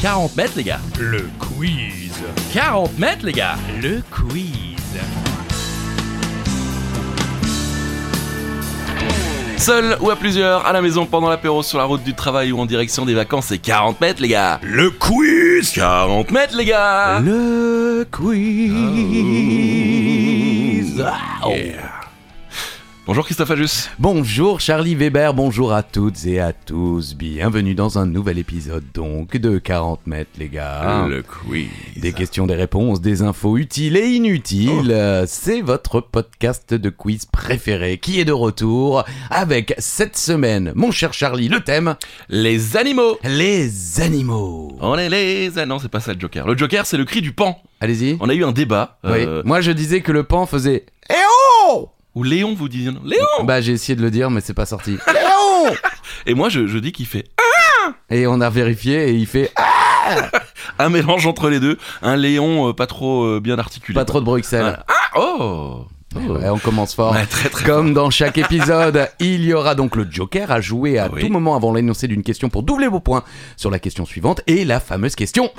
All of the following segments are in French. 40 mètres, les gars. Le quiz. 40 mètres, les gars. Le quiz. Seul ou à plusieurs, à la maison, pendant l'apéro, sur la route du travail ou en direction des vacances, c'est 40 mètres, les gars. Le quiz. 40 mètres, les gars. Le quiz. Oh. Yeah. Bonjour Christophe Ajus. Bonjour Charlie Weber, bonjour à toutes et à tous. Bienvenue dans un nouvel épisode donc de 40 mètres les gars. Le quiz. Des questions, des réponses, des infos utiles et inutiles. Oh. Euh, C'est votre podcast de quiz préféré qui est de retour avec cette semaine, mon cher Charlie, le thème Les animaux. les animaux. On est les... Ah non, c'est pas ça le Joker. Le Joker, c'est le cri du pan. Allez-y. On a eu un débat euh, Oui. Moi je disais que le pan faisait Eh oh où Léon vous disait... non. Léon Bah j'ai essayé de le dire mais c'est pas sorti. Léon Et moi, je, je dis qu'il fait Et on a vérifié et il fait Ah, un mélange entre les deux. Un Léon euh, pas trop euh, bien articulé. pas trop de Bruxelles. Voilà. Ah, oh, Oh. Ouais, on commence fort. Ouais, très très Comme dans chaque épisode, il y aura donc le Joker à jouer à Oui. tout moment avant l'énoncé d'une question pour doubler vos points sur la question suivante et la fameuse question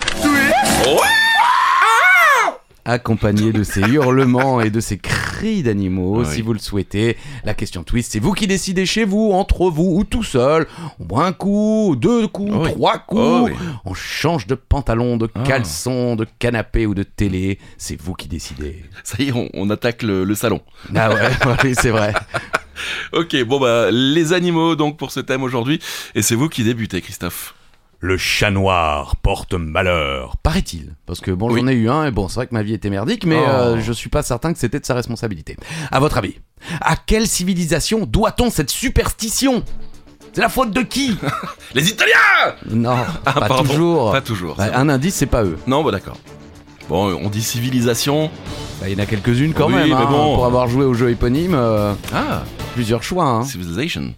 accompagnée de ces hurlements et de ces cris d'animaux Oui. si vous le souhaitez. La question twist, c'est vous qui décidez chez vous, entre vous ou tout seul. On boit un coup, deux coups, Oh oui. trois coups. Oh oui. On change de pantalon, de Ah. caleçon, de canapé ou de télé. C'est vous qui décidez. Ça y est, on, on attaque le, le salon. Ah ouais, oui, c'est vrai. Ok, bon bah les animaux donc pour ce thème aujourd'hui et c'est vous qui débutez Christophe. Le chat noir porte malheur, paraît-il. Parce que bon, Oui. j'en ai eu un, et bon, c'est vrai que ma vie était merdique, mais Oh. euh, je suis pas certain que c'était de sa responsabilité. À votre avis, à quelle civilisation doit-on cette superstition C'est la faute de qui Les Italiens Non, Ah, pas pardon. toujours. Pas toujours. Bah, c'est un indice, c'est pas eux. bon. Non, bah d'accord. Bon, euh, on dit civilisation. Bah, Il y en a quelques-unes quand Oui, même, mais hein, bon. pour avoir joué au jeu éponyme, euh, Ah, plusieurs choix. hein. civilization.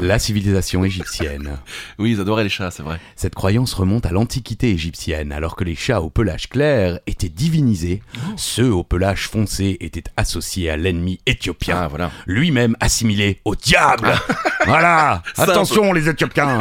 La civilisation égyptienne. Oui, ils adoraient les chats, c'est vrai. Cette croyance remonte à l'Antiquité égyptienne, alors que les chats au pelage clair étaient divinisés, Oh. ceux au pelage foncé étaient associés à l'ennemi éthiopien, Ah, voilà. lui-même assimilé au diable. voilà, Simple. attention les Éthiopiens.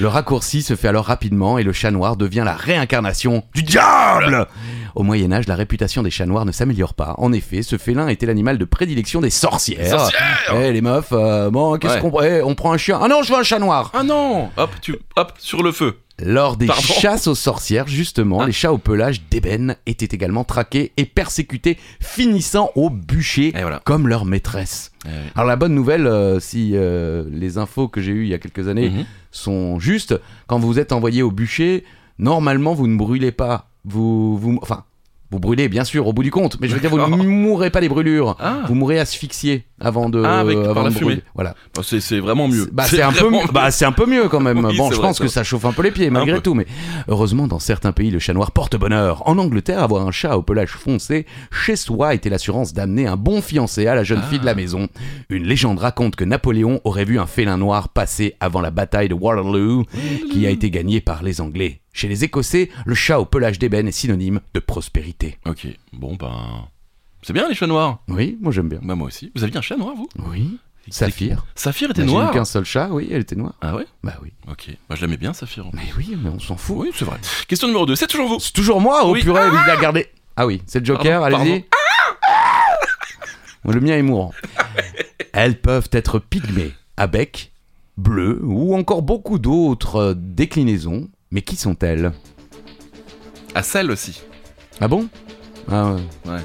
Le raccourci se fait alors rapidement et le chat noir devient la réincarnation du diable. Au Moyen Âge, la réputation des chats noirs ne s'améliore pas. En effet, ce félin était l'animal de prédilection des sorcières. Sorcière Eh, les meufs, euh, bon, qu'est-ce Ouais. qu'on eh, on prend un chien Ah non, je veux un chat noir. Ah non Hop, tu hop sur le feu. Lors des Pardon Ah. chasses aux sorcières, justement, les chats au pelage d'ébène étaient également traqués et persécutés, finissant au bûcher Et voilà. comme leur maîtresse. Eh oui. Alors la bonne nouvelle, euh, si euh, les infos que j'ai eues il y a quelques années Mhm. sont justes, quand vous êtes envoyé au bûcher, normalement vous ne brûlez pas. Vous, vous, enfin, vous brûlez bien sûr au bout du compte, mais je veux dire vous ne D'accord. mourrez pas des brûlures. Ah, Vous mourrez asphyxié avant de, Ah, avec- par avant la de fumée. brûler. Voilà. bah, c'est c'est vraiment mieux. C'est- Bah, c'est un peu, vraiment mieux. bah, c'est un peu mieux quand même. Oui, bon, c'est je vrai, pense c'est que vrai. ça chauffe un peu les pieds malgré peu. tout. Mais heureusement, dans certains pays, le chat noir porte bonheur. En Angleterre, avoir un chat au pelage foncé chez soi était l'assurance d'amener un bon fiancé à la jeune fille de la Ah. maison. Une légende raconte que Napoléon aurait vu un félin noir passer avant la bataille de Waterloo, qui a été gagnée par les Anglais. Chez les Écossais, le chat au pelage d'ébène est synonyme de prospérité. Ok, bon ben... C'est bien les chats noirs. Oui, moi j'aime bien. Bah moi aussi. Vous aviez un chat noir, vous Oui. Saphir. Saphir était J'ai eu noir qu'un seul chat, oui, elle était noire. Ah ouais Bah oui. Ok. Bah je l'aimais bien, Saphir. Mais oui, mais on s'en fout. Oui, c'est vrai. Question numéro 2, c'est toujours vous. C'est toujours moi Oh Oui. purée, il a gardé. Ah oui, c'est le Joker, Pardon, allez-y. le mien est mourant. Elles peuvent être pygmées, à bec, bleu ou encore beaucoup d'autres euh, déclinaisons. Mais qui sont-elles À celle aussi. Ah bon Ah ouais. Ouais.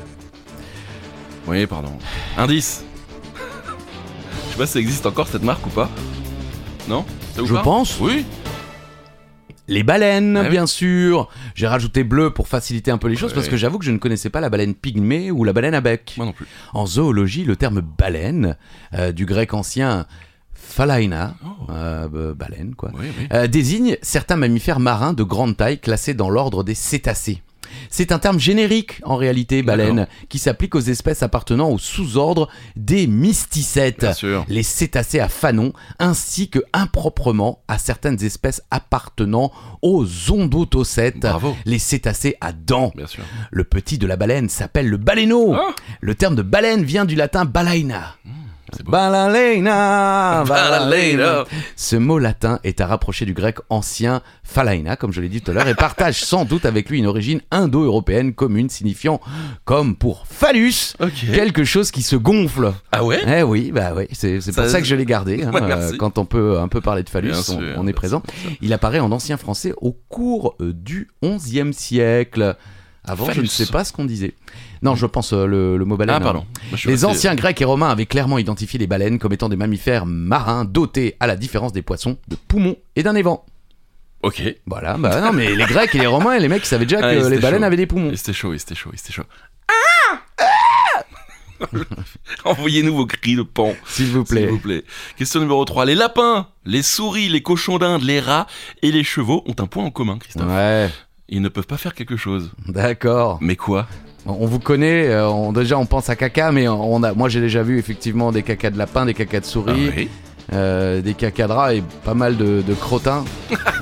Oui, pardon. Indice. Je sais pas si ça existe encore cette marque ou pas. Non Ça vous Je parle pense. Oui. Les baleines, Ah oui. bien sûr. J'ai rajouté bleu pour faciliter un peu les choses Ouais. parce que j'avoue que je ne connaissais pas la baleine pygmée ou la baleine à bec. Moi non plus. En zoologie, le terme baleine, euh, du grec ancien phalaina, Oh. euh, bah, baleine quoi, Oui, oui. euh, désigne certains mammifères marins de grande taille classés dans l'ordre des cétacés. C'est un terme générique en réalité, baleine, qui s'applique aux espèces appartenant au sous-ordre des mysticètes, Bien sûr. les cétacés à fanon, ainsi que improprement à certaines espèces appartenant aux ondotocètes, Bravo. les cétacés à dents. Bien sûr. Le petit de la baleine s'appelle le baleineau. Ah. Hmm, Le terme de baleine vient du latin balaina. C'est beau. Balalena, Balalena. Ce mot latin est à rapprocher du grec ancien phalaina, comme je l'ai dit tout à l'heure, et partage sans doute avec lui une origine indo-européenne commune signifiant, comme pour phallus, Ok. quelque chose qui se gonfle. Ah ouais Eh oui, bah oui, c'est c'est pour Ça- ça, que je l'ai gardé. hein, Ouais, euh, merci. quand on peut un peu parler de phallus, Bien on, sûr, on bien est présent. Il apparaît en ancien français au cours euh, du 11e siècle. Avant, je Phallus. ne sais pas ce qu'on disait. Non, je pense euh, le, le mot baleine. Ah hein. pardon. Moi, je suis Les resté- anciens Grecs et Romains avaient clairement identifié les baleines comme étant des mammifères marins dotés, à la différence des poissons, de poumons et d'un évent. Ok. Et Voilà, bah non, mais les Grecs et les Romains, les mecs, ils savaient déjà Ah, que c'était les baleines chaud. avaient des poumons. c'était chaud, et c'était chaud, et c'était chaud. Ah Envoyez-nous vos cris de pan. S'il vous S'il plaît. vous plaît. Question numéro 3. Les lapins, les souris, les cochons d'Inde, les rats et les chevaux ont un point en commun, Christophe. Ouais, Ils ne peuvent pas faire quelque chose. d'accord. Mais quoi On vous connaît, euh, on, déjà on pense à caca, mais on a, moi j'ai déjà vu effectivement des cacas de lapin, des cacas de souris, Ah oui. euh, des cacas de rat et pas mal de, de crottins,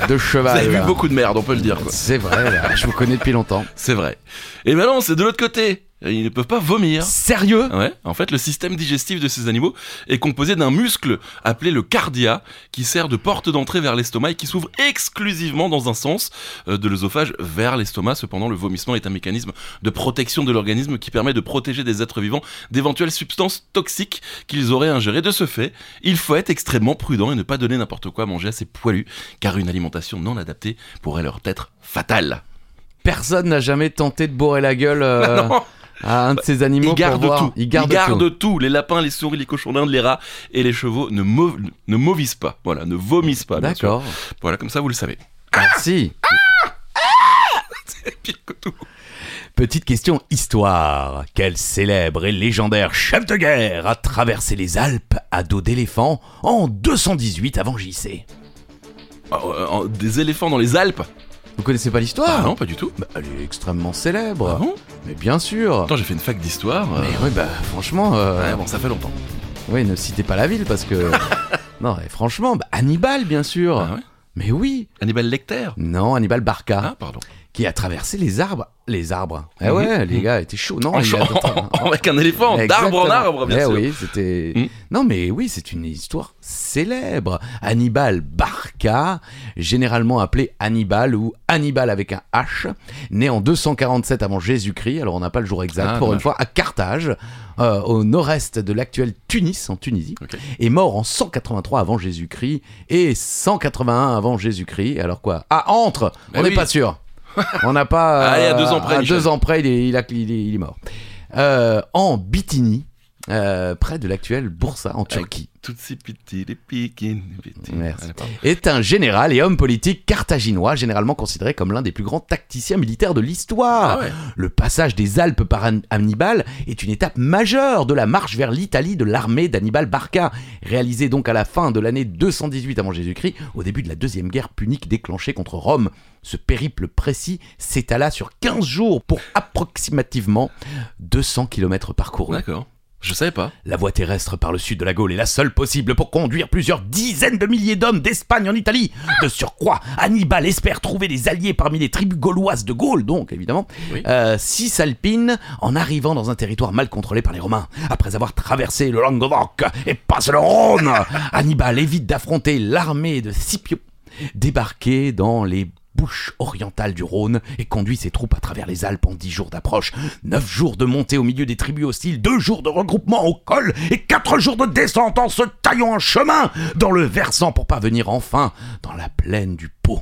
de Vous cheval. avez vu là. beaucoup de merde, on peut le dire. quoi. C'est vrai, là, je vous connais depuis longtemps. C'est vrai. Et ben non, c'est de l'autre côté. Ils ne peuvent pas vomir. Sérieux Ouais, en fait, le système digestif de ces animaux est composé d'un muscle appelé le cardia, qui sert de porte d'entrée vers l'estomac et qui s'ouvre exclusivement dans un sens euh, de l'œsophage vers l'estomac. Cependant, le vomissement est un mécanisme de protection de l'organisme qui permet de protéger des êtres vivants d'éventuelles substances toxiques qu'ils auraient ingérées. De ce fait, il faut être extrêmement prudent et ne pas donner n'importe quoi à manger à ces poilus, car une alimentation non adaptée pourrait leur être fatale. Personne n'a jamais tenté de bourrer la gueule euh, Non. à un de ces animaux Ils gardent pour voir. tout. Ils gardent, tout. Les lapins, les souris, les cochons d'Inde, les rats et les chevaux ne, mauv- ne mauvissent pas. Voilà, ne vomissent pas. Bah, bien sûr. D'accord. Voilà, comme ça, vous le savez. Merci. Pire que tout. Petite question histoire. Quel célèbre et légendaire chef de guerre a traversé les Alpes à dos d'éléphant en 218 avant JC Ah, euh, en- des éléphants dans les Alpes Vous connaissez pas l'histoire Ah non, pas du tout. Bah, elle est extrêmement célèbre. Ah bon mais bien sûr. Attends, j'ai fait une fac d'histoire. euh, Bah. Mais oui, bah franchement, euh, ouais, Ah bon, ça fait longtemps. ouais, ne citez pas la ville parce que. non, mais franchement, bah, Hannibal, bien sûr. Ah ouais Mais oui. Hannibal Lecter Non, Hannibal Barca, Ah, pardon. qui a traversé les arbres. Les arbres. Eh Mhm. ouais, les gars, étaient chauds. Non, En Oh, il a- chantant avec un éléphant, d'arbre en Exactement. arbre, bien Eh sûr. oui, c'était. Mm. Non, mais oui, c'est une histoire célèbre. Hannibal Barca, généralement appelé Hannibal ou Hannibal avec un H, né en 247 avant Jésus-Christ, alors on n'a pas le jour exact, Ah, pour une dommage. fois, à Carthage, euh, au nord-est de l'actuelle Tunis, en Tunisie, Ok. est mort en 183 avant Jésus-Christ et 181 avant Jésus-Christ. Alors quoi Ah, entre Bah On n'est oui. Ah, pas sûr. On n'a pas. euh, Allez, à deux ans près, à Michel. deux ans près, il est, il a- il est- il est mort. Euh, en Bithynie, euh, près de l'actuelle Bursa, en Turquie, Toutes ces petites les piquines, les petites. Merci. Allez, pardon. est un général et homme politique carthaginois, généralement considéré comme l'un des plus grands tacticiens militaires de l'histoire. Ah ouais. Le passage des Alpes par Han- Hannibal est une étape majeure de la marche vers l'Italie de l'armée d'Hannibal Barca, réalisée donc à la fin de l'année 218 avant Jésus-Christ, au début de la deuxième guerre punique déclenchée contre Rome. Ce périple précis s'étala sur 15 jours pour approximativement 200 km parcourus. D'accord. Je savais pas. La voie terrestre par le sud de la Gaule est la seule possible pour conduire plusieurs dizaines de milliers d'hommes d'Espagne en Italie. De surcroît, Hannibal espère trouver des alliés parmi les tribus gauloises de Gaule, donc évidemment, Oui. euh, cisalpines, en arrivant dans un territoire mal contrôlé par les Romains. Après avoir traversé le Languedoc et passé le Rhône, Hannibal évite d'affronter l'armée de Scipio, débarqué dans les Bouches orientales du Rhône et conduit ses troupes à travers les Alpes en dix jours d'approche, neuf jours de montée au milieu des tribus hostiles, deux jours de regroupement au col et quatre jours de descente en se taillant un chemin dans le versant pour parvenir enfin dans la plaine du Pô.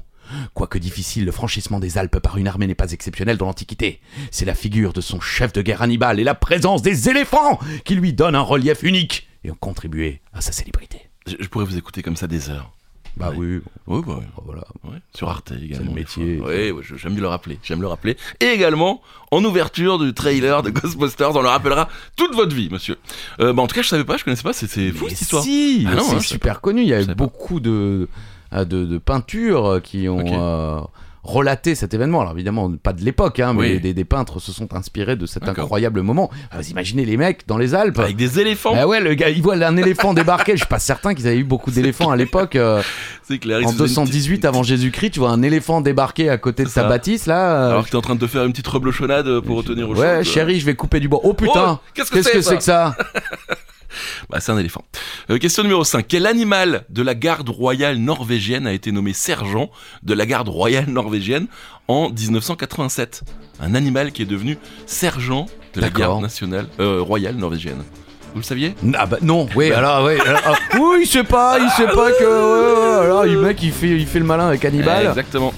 Quoique difficile, le franchissement des Alpes par une armée n'est pas exceptionnel dans l'Antiquité. C'est la figure de son chef de guerre Hannibal et la présence des éléphants qui lui donnent un relief unique et ont contribué à sa célébrité. Je, je pourrais vous écouter comme ça des heures. Bah oui, Oui, bah, oui. voilà. Ouais, sur Arte également. le des métier. fois. Ouais, ouais, je- j'aime bien le rappeler. J'aime le rappeler. Et également, en ouverture du trailer de Ghostbusters, on le rappellera toute votre vie, monsieur. Euh, bah, en tout cas, je savais pas, je connaissais pas, c'est- c'est fou Mais cette histoire. Si, Ah non, c'est hein, je sais super connu. Il y a Je eu sais pas. beaucoup de, ah, de, de peintures qui ont Ok. euh, relaté cet événement. Alors évidemment, pas de l'époque, hein, mais Oui. des, des peintres se sont inspirés de cet D'accord. incroyable moment. Ah, vous imaginez les mecs dans les Alpes. Avec des éléphants, Ah ouais, le gars, il voit un éléphant débarquer. Je suis pas certain qu'ils avaient eu beaucoup d'éléphants à l'époque. euh, c'est clair. ils en se faisaient Ah une 218 petite- avant Jésus-Christ, tu vois un éléphant débarquer à côté de C'est sa ça. bâtisse là. euh, Alors que t'es en train de te faire une petite reblochonnade pour retenir au chaud. ouais, quoi. chérie, je vais couper du bois. Oh putain, Oh, Qu'est-ce que qu'est-ce c'est que c'est que ça Bah, c'est un éléphant. Euh, question numéro 5. Quel animal de la garde royale norvégienne a été nommé sergent de la garde royale norvégienne en 1987 Un animal qui est devenu sergent de la D'accord. garde nationale euh, royale norvégienne. Vous le saviez Ah bah non, oui, alors, oui. alors, ah, oui, il sait pas, il sait pas que. ouais, ouais, alors, le mec, il fait, il fait le malin avec Hannibal. Exactement.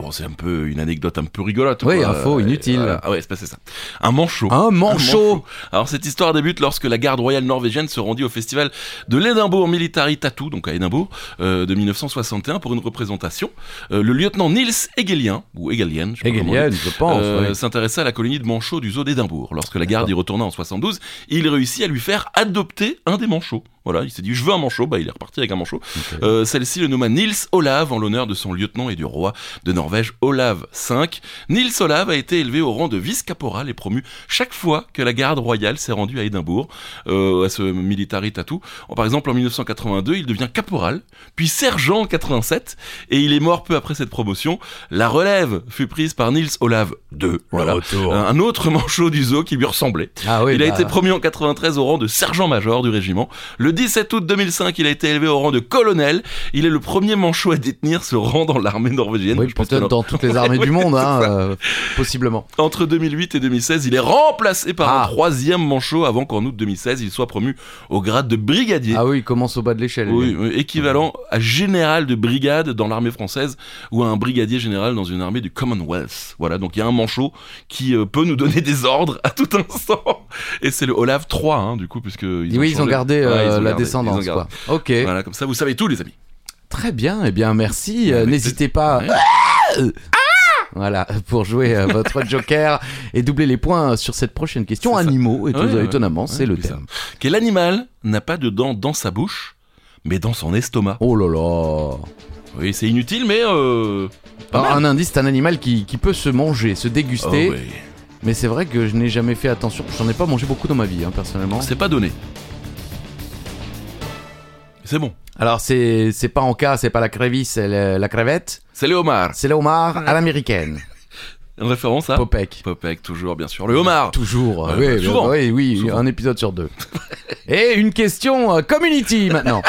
Bon, c'est un peu une anecdote un peu rigolote. Oui, quoi. info Euh, inutile. voilà. Ah ouais, c'est passé ça. Un manchot. Un Un manchot manchot. Ah, Alors cette histoire débute lorsque la garde royale norvégienne se rendit au festival de l'Edinburgh Military Tattoo, donc à Édimbourg, euh, de 1961 pour une représentation. Euh, le lieutenant Niels Hegelien, ou Hegelien, je sais pas comment on dit, Hegelienne, je pense. euh, ouais. s'intéressa à la colonie de manchots du zoo d'Édimbourg. Lorsque la garde D'accord. y retourna en 72, il réussit à lui faire adopter un des manchots. Voilà, il s'est dit je veux un manchot, bah il est reparti avec un manchot. Ok. Euh, Celle-ci le nomma Nils Olav en l'honneur de son lieutenant et du roi de Norvège Olav V. Nils Olav a été élevé au rang de vice-caporal et promu chaque fois que la garde royale s'est rendue à Édimbourg, euh, à ce military tattoo. En- Par exemple, en 1982, il devient caporal, puis sergent en 87, et il est mort peu après cette promotion. La relève fut prise par Nils Olav II, voilà. retour. un autre manchot du zoo qui lui ressemblait. Ah oui, Il a bah, été promu en 93 au rang de sergent-major du régiment. Le 17 août 2005, il a été élevé au rang de colonel. Il est le premier manchot à détenir ce rang dans l'armée norvégienne. Oui, Je pense peut-être que dans toutes les armées du monde, hein, euh, possiblement. non. Entre 2008 et 2016, il est remplacé par Ah. un troisième manchot avant qu'en août 2016, il soit promu au grade de brigadier. Ah oui, il commence au bas de l'échelle. lui. Oui, oui, équivalent à général de brigade dans l'armée française ou à un brigadier général dans une armée du Commonwealth. Voilà, donc il y a un manchot qui euh, peut nous donner des ordres à tout instant. Et c'est le Olav 3, hein, du coup, puisque ils oui, ils ont changé. gardé Ouais, euh, ils ont la gardé, ils ont descendance. gardé. Quoi. Ok, Voilà, comme ça, vous savez tout, les amis. très bien. Eh bien, merci. Euh, Avec N'hésitez pas. Euh, Ouais. Ah Voilà, pour jouer euh, votre joker et doubler les points sur cette prochaine question. C'est ça. Animaux, et Ouais, ouais. étonnamment, c'est le c'est ça. thème. Quel animal n'a pas de dents dans sa bouche, mais dans son estomac Oh là là. Oui, c'est inutile, mais. Euh, pas Alors, mal. un indice, c'est un animal qui, qui peut se manger, se Oh, déguster. ouais. Mais c'est vrai que je n'ai jamais fait attention. J'en ai pas mangé beaucoup dans ma vie, hein, personnellement. C'est pas donné. C'est bon. Alors, c'est c'est pas en cas, c'est pas la crévisse, c'est le- la crevette. C'est le homard. C'est le homard à l'américaine. Une référence à Popek. Popek, toujours, bien sûr. Le homard Toujours. Euh, Ah. oui, euh, oui, souvent. oui, oui, Souvent. un épisode sur deux. Et une question euh, community maintenant.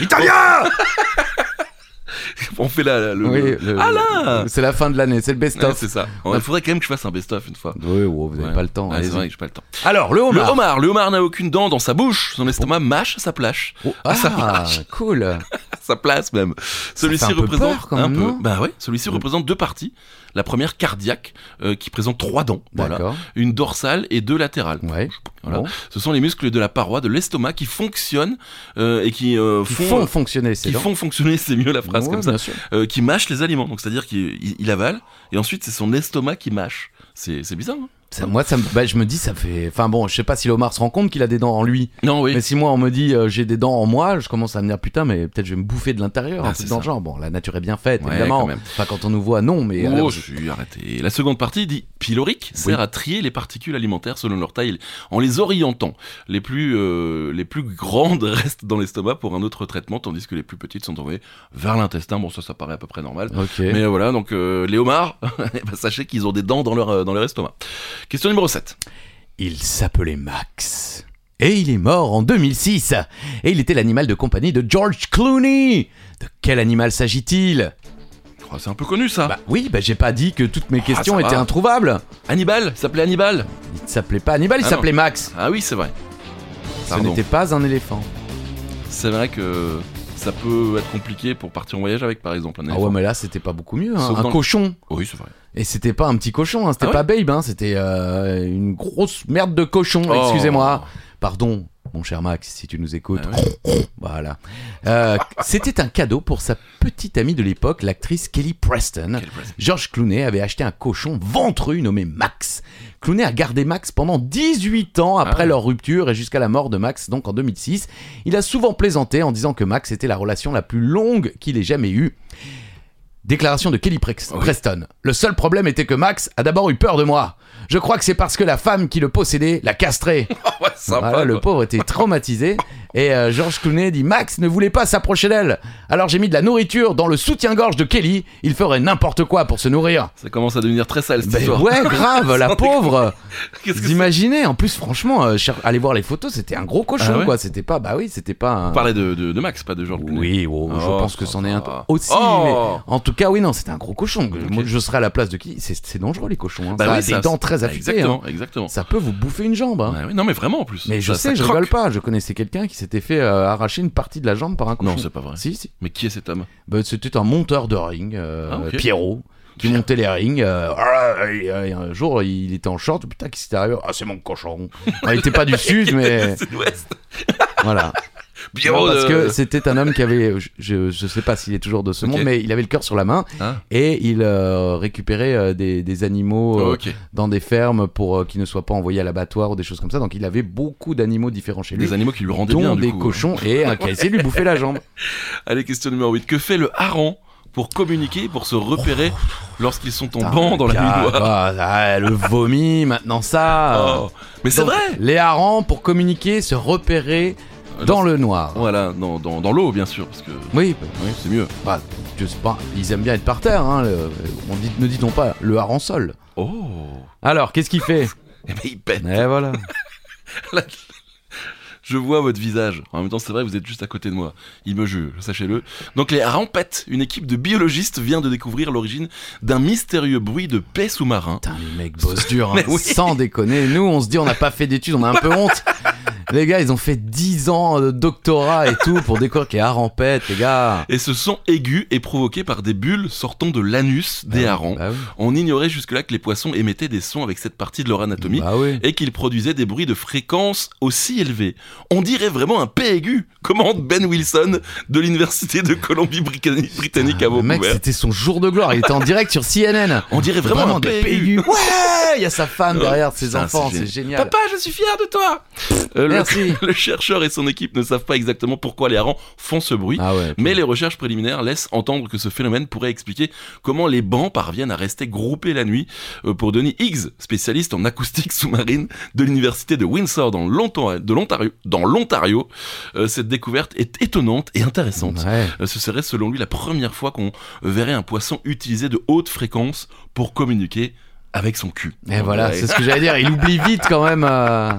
Italien On fait la, la- le. Oui, le- le- Ah là C'est la fin de l'année, c'est le Ouais, best-of. C'est ça. Il faudrait quand même que je fasse un best-of une fois. oui, wow, vous n'avez Ouais. pas le temps. Ah, c'est allez-y. vrai que j'ai pas le temps. Alors, le homard. Le homard, le homard n'a aucune dent dans sa bouche, son estomac mâche sa plage, Oh, Ah, ça ah, cool. sa place même. Celui-ci fait un peu représente peur, quand même, non bah ouais, celui-ci Mm. représente deux parties. La première cardiaque euh, qui présente trois dents, voilà, D'accord. une dorsale et deux latérales. Ouais. Voilà. Bon. Ce sont les muscles de la paroi de l'estomac qui fonctionnent euh, et qui euh, Qui font, font fonctionner ces qui dents. font fonctionner, c'est mieux la phrase Ouais, comme ça, bien sûr. euh, qui mâche les aliments. Donc c'est-à-dire qu'il il- il avale et ensuite c'est son estomac qui mâche. C'est c'est bizarre. hein Ça, moi, ça me- bah, je me dis, ça fait. Enfin bon, je sais pas si le homard se rend compte qu'il a des dents en lui. non oui. Mais si moi on me dit euh, j'ai des dents en moi, je commence à me dire putain mais peut-être je vais me bouffer de l'intérieur, Ah, un truc c'est dans ça. le genre. Bon, la nature est bien faite, Ouais, évidemment. quand même. Enfin quand on nous voit, non, mais euh, oh, alors, je suis arrêté. La seconde partie dit pylorique sert à trier les particules alimentaires selon leur taille en les orientant. Les plus, euh, les plus grandes restent dans l'estomac pour un autre traitement, tandis que les plus petites sont envoyées vers l'intestin. Bon, ça, ça paraît à peu près normal. Ok. Mais euh, voilà, donc euh, les homards, eh ben, sachez qu'ils ont des dents dans leur, euh, dans leur estomac. Question numéro 7. Il s'appelait Max. Et il est mort en 2006. Et il était l'animal de compagnie de George Clooney. De quel animal s'agit-il Oh, c'est un peu connu ça. Bah oui, bah j'ai pas dit que toutes mes questions Ah, ça va. étaient introuvables. Hannibal, il s'appelait Hannibal. Il ne s'appelait pas Hannibal, il Ah non. s'appelait Max. Ah oui, c'est vrai. Ce Pardon. n'était pas un éléphant. Ah C'est vrai que ça peut être compliqué pour partir en voyage avec, par exemple. Un Ah éléphant. ouais, mais là c'était pas beaucoup mieux. hein. Sauf Un dans le- cochon. Oui, c'est vrai. Et c'était pas un petit cochon, hein, c'était Ah ouais pas Babe, hein, c'était euh, une grosse merde de cochon, Oh. excusez-moi. Pardon, mon cher Max, si tu nous écoutes. Ah Voilà. Euh, c'était un cadeau pour sa petite amie de l'époque, l'actrice Kelly Preston. Quel plaisir. George Clooney avait acheté un cochon ventru nommé Max. Clooney a gardé Max pendant 18 ans après Ah ouais. leur rupture et jusqu'à la mort de Max, donc en 2006. Il a souvent plaisanté en disant que Max était la relation la plus longue qu'il ait jamais eue. Déclaration de Kelly Prex- Oui. Preston. Le seul problème était que Max a d'abord eu peur de moi. Je crois que c'est parce que la femme qui le possédait l'a castré. Oh, ouais, sympa, Voilà, Ah, le quoi. pauvre était traumatisé Et euh, Georges Clooney dit Max ne voulait pas s'approcher d'elle. Alors j'ai mis de la nourriture dans le soutien-gorge de Kelly. Il ferait n'importe quoi pour se nourrir. Ça commence à devenir très sale cette Ben histoire. ouais, grave, la Sans pauvre. Qu'est-ce que Vous imaginez En plus, franchement, euh, cher- allez voir les photos, c'était un gros cochon, Ah ouais quoi. C'était pas, bah oui, c'était pas. Un... On parlait de, de, de Max, pas de Georges Clooney. Oui, oh, je Oh, pense que ça c'en est un peu va. aussi. Oh mais en tout cas, oui, non, c'était un gros cochon. Ok. Moi, je serais à la place de qui C'est c'est dangereux les cochons. hein. Bah ça oui, a ça- des dents très affûtées. hein. Exactement, exactement. Ça peut vous bouffer une jambe. hein. Ouais, ouais, non, mais vraiment en plus. Mais je Ça- ça sais, je croque. rigole pas. Je connaissais quelqu'un qui s'était fait euh, arracher une partie de la jambe par un cochon. Non, c'est pas vrai. Si, si. Mais qui est cet homme Bah, c'était un monteur de ring, euh, Ah, ok. Pierrot, qui Pierre- montait les rings. euh, ah, et, euh, et un jour, il était en short. Putain, qu'est-ce qui s'est arrivé Ah, c'est mon cochon. Ah, il était pas du sud, mais Sud-Ouest. voilà. Bureau Non, parce de- que c'était un homme qui avait, je- je, je sais pas s'il est toujours de ce Ok. monde, mais il avait le cœur sur la main Ah. et il euh, récupérait euh, des, des animaux euh, ok. dans des fermes pour euh, qu'ils ne soient pas envoyés à l'abattoir ou des choses comme ça. Donc il avait beaucoup d'animaux différents chez lui, Des animaux qui lui rendaient dont bien, du des coup. cochons et un qui a essayé de lui bouffer la jambe. Allez, question numéro 8. Que fait le hareng pour communiquer, pour se repérer lorsqu'ils sont en Putain, banc dans la ah, nuit noire bah, ah, le vomi, maintenant ça. Oh. Mais c'est Ah. Donc, vrai Les harengs pour communiquer, se repérer Euh, dans le noir. Voilà, dans, dans, dans l'eau, bien sûr, parce que Oui, bah, oui. c'est mieux. Bah, je sais pas, ils aiment bien être par terre, hein, le- on dit, ne dit-on pas, le hareng sol. Oh Alors, qu'est-ce qu'il fait Eh ben, il pète Eh voilà. Je vois votre visage. En même temps, c'est vrai, vous êtes juste à côté de moi. Il me juge, sachez-le. Donc, les rampettes, une équipe de biologistes vient de découvrir l'origine d'un mystérieux bruit de paix sous-marin. Putain, les mecs bossent dur, hein. Mais oui. sans déconner. Nous, on se dit, on n'a pas fait d'études, on a un peu honte. Les gars, ils ont fait 10 ans de doctorat et tout pour découvrir qu'il y a rampette, les gars. Et ce son aigu est provoqué par des bulles sortant de l'anus des Bah, harengs. Bah oui. On ignorait jusque-là que les poissons émettaient des sons avec cette partie de leur anatomie. Bah oui. et qu'ils produisaient des bruits de fréquence aussi élevés. On dirait vraiment un P aigu, commande Ben Wilson de l'université de Colombie-Britannique à Ah, Le mec, Vancouver. c'était son jour de gloire. Il était en direct sur CNN. On dirait vraiment, un P des aigu. PU. Ouais, il y a sa femme Ouais. derrière, ses Putain, enfants, c'est c'est génial. Papa, je suis fier de toi. Euh, le, Merci. le chercheur et son équipe ne savent pas exactement pourquoi les harengs font ce bruit. Ah ouais. Mais les recherches préliminaires laissent entendre que ce phénomène pourrait expliquer comment les bancs parviennent à rester groupés la nuit. Euh, pour Denis Higgs, spécialiste en acoustique sous-marine de l'université de Windsor dans l'Ontario, de l'Ontario- dans l'Ontario, euh, cette découverte est étonnante et intéressante. Ouais. Euh, Ce serait selon lui la première fois qu'on verrait un poisson utilisé de haute fréquence pour communiquer avec son cul. Et voilà, Ouais. c'est ce que j'allais dire. Il oublie vite quand même. euh,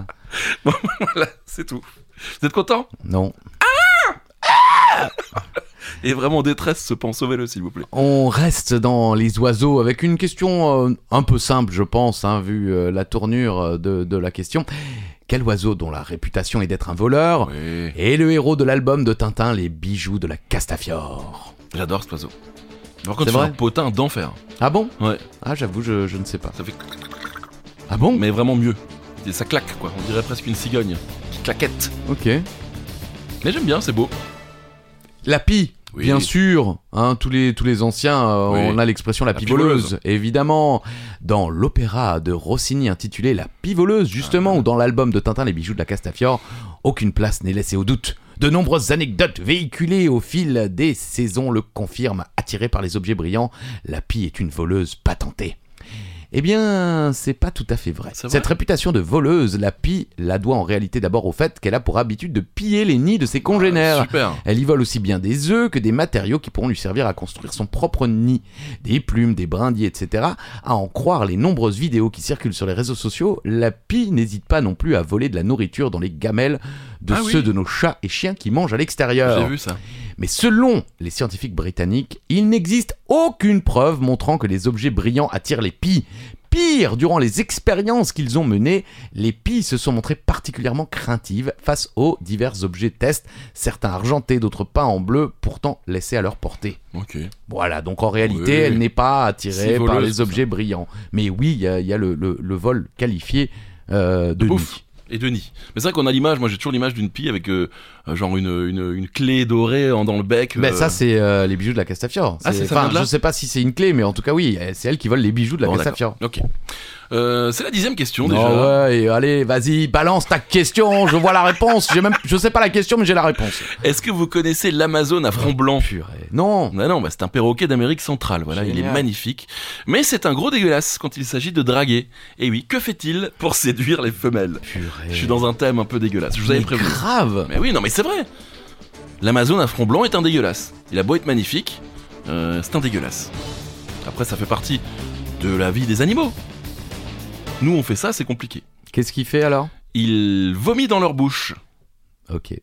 Voilà, c'est tout. Vous êtes content Non. Et vraiment en détresse, ce pan, sauvez-le s'il vous plaît. On reste dans les oiseaux avec une question euh, un peu simple, je pense, hein, vu euh, la tournure euh, de, de la question. Quel oiseau dont la réputation est d'être un voleur Oui, est le héros de l'album de Tintin, Les bijoux de la Castafiore j'adore cet oiseau. Par contre, C'est c'est vrai un potin d'enfer. Ah bon Ouais. Ah j'avoue, je, je ne sais pas. Ça fait Ah bon mais vraiment mieux. Et ça claque quoi, on dirait presque une cigogne qui claquette. Ok. Mais j'aime bien, c'est beau. La pie, Oui. bien sûr. Hein, tous, les, tous les anciens, euh, Oui. on a l'expression la, La pivoleuse, pivoleuse. évidemment. Dans l'opéra de Rossini intitulé La pivoleuse, justement, Ah. ou dans l'album de Tintin, Les bijoux de la Castafiore, aucune place n'est laissée au doute. De nombreuses anecdotes véhiculées au fil des saisons le confirment. Attirée par les objets brillants, la pie est une voleuse patentée. Eh bien, c'est pas tout à fait vrai. C'est vrai Cette réputation de voleuse, la pie, la doit en réalité d'abord au fait qu'elle a pour habitude de piller les nids de Ah, ses congénères. Super. Elle y vole aussi bien des œufs que des matériaux qui pourront lui servir à construire son propre nid, des plumes, des brindilles, etc. À en croire les nombreuses vidéos qui circulent sur les réseaux sociaux, la pie n'hésite pas non plus à voler de la nourriture dans les gamelles de Ah oui. ceux de nos chats et chiens qui mangent à J'ai l'extérieur. vu ça. Mais selon les scientifiques britanniques, il n'existe aucune preuve montrant que les objets brillants attirent les pies. Pire, durant les expériences qu'ils ont menées, les pies se sont montrées particulièrement craintives face aux divers objets tests, certains argentés, d'autres pas en bleu, pourtant laissés à leur portée. Ok. Voilà, donc en réalité, Oui. elle n'est pas attirée C'est par voleuse, les tout objets brillants. Mais oui, il y a, il y a le, le- le vol qualifié euh, de bouffe. nuit. Et Denis. Mais c'est vrai qu'on a l'image, moi j'ai toujours l'image d'une pie avec euh, euh, genre une, une, une clé dorée en- dans le bec. Mais euh, ça, c'est euh, les bijoux de la Castafiore. Ah, C'est- c'est ça, enfin, vient de là je sais pas si c'est une clé, mais en tout cas, oui, c'est elle qui vole les bijoux de la bon, d'accord. Castafiore. Ok. Euh, c'est la dixième question déjà. Oh ouais, et allez, vas-y, balance ta question, je vois la réponse. J'ai même, je sais pas la question, mais j'ai la réponse. Est-ce que vous connaissez l'Amazone à front blanc Purée. Non. Non, non, bah, c'est un perroquet d'Amérique centrale, voilà, il est Génial. magnifique. Mais c'est un gros dégueulasse quand il s'agit de draguer. Et oui, que fait-il pour séduire les femelles Purée. Je suis dans un thème un peu dégueulasse, je vous avais Mais prévenu. Grave. Mais oui, non, mais c'est vrai. L'Amazon à front blanc est un dégueulasse. Il a beau être magnifique, euh, c'est un dégueulasse. Après, ça fait partie de la vie des animaux. Nous, on fait ça, c'est compliqué. Qu'est-ce qu'il fait alors Ils vomit dans leur bouche. Ok.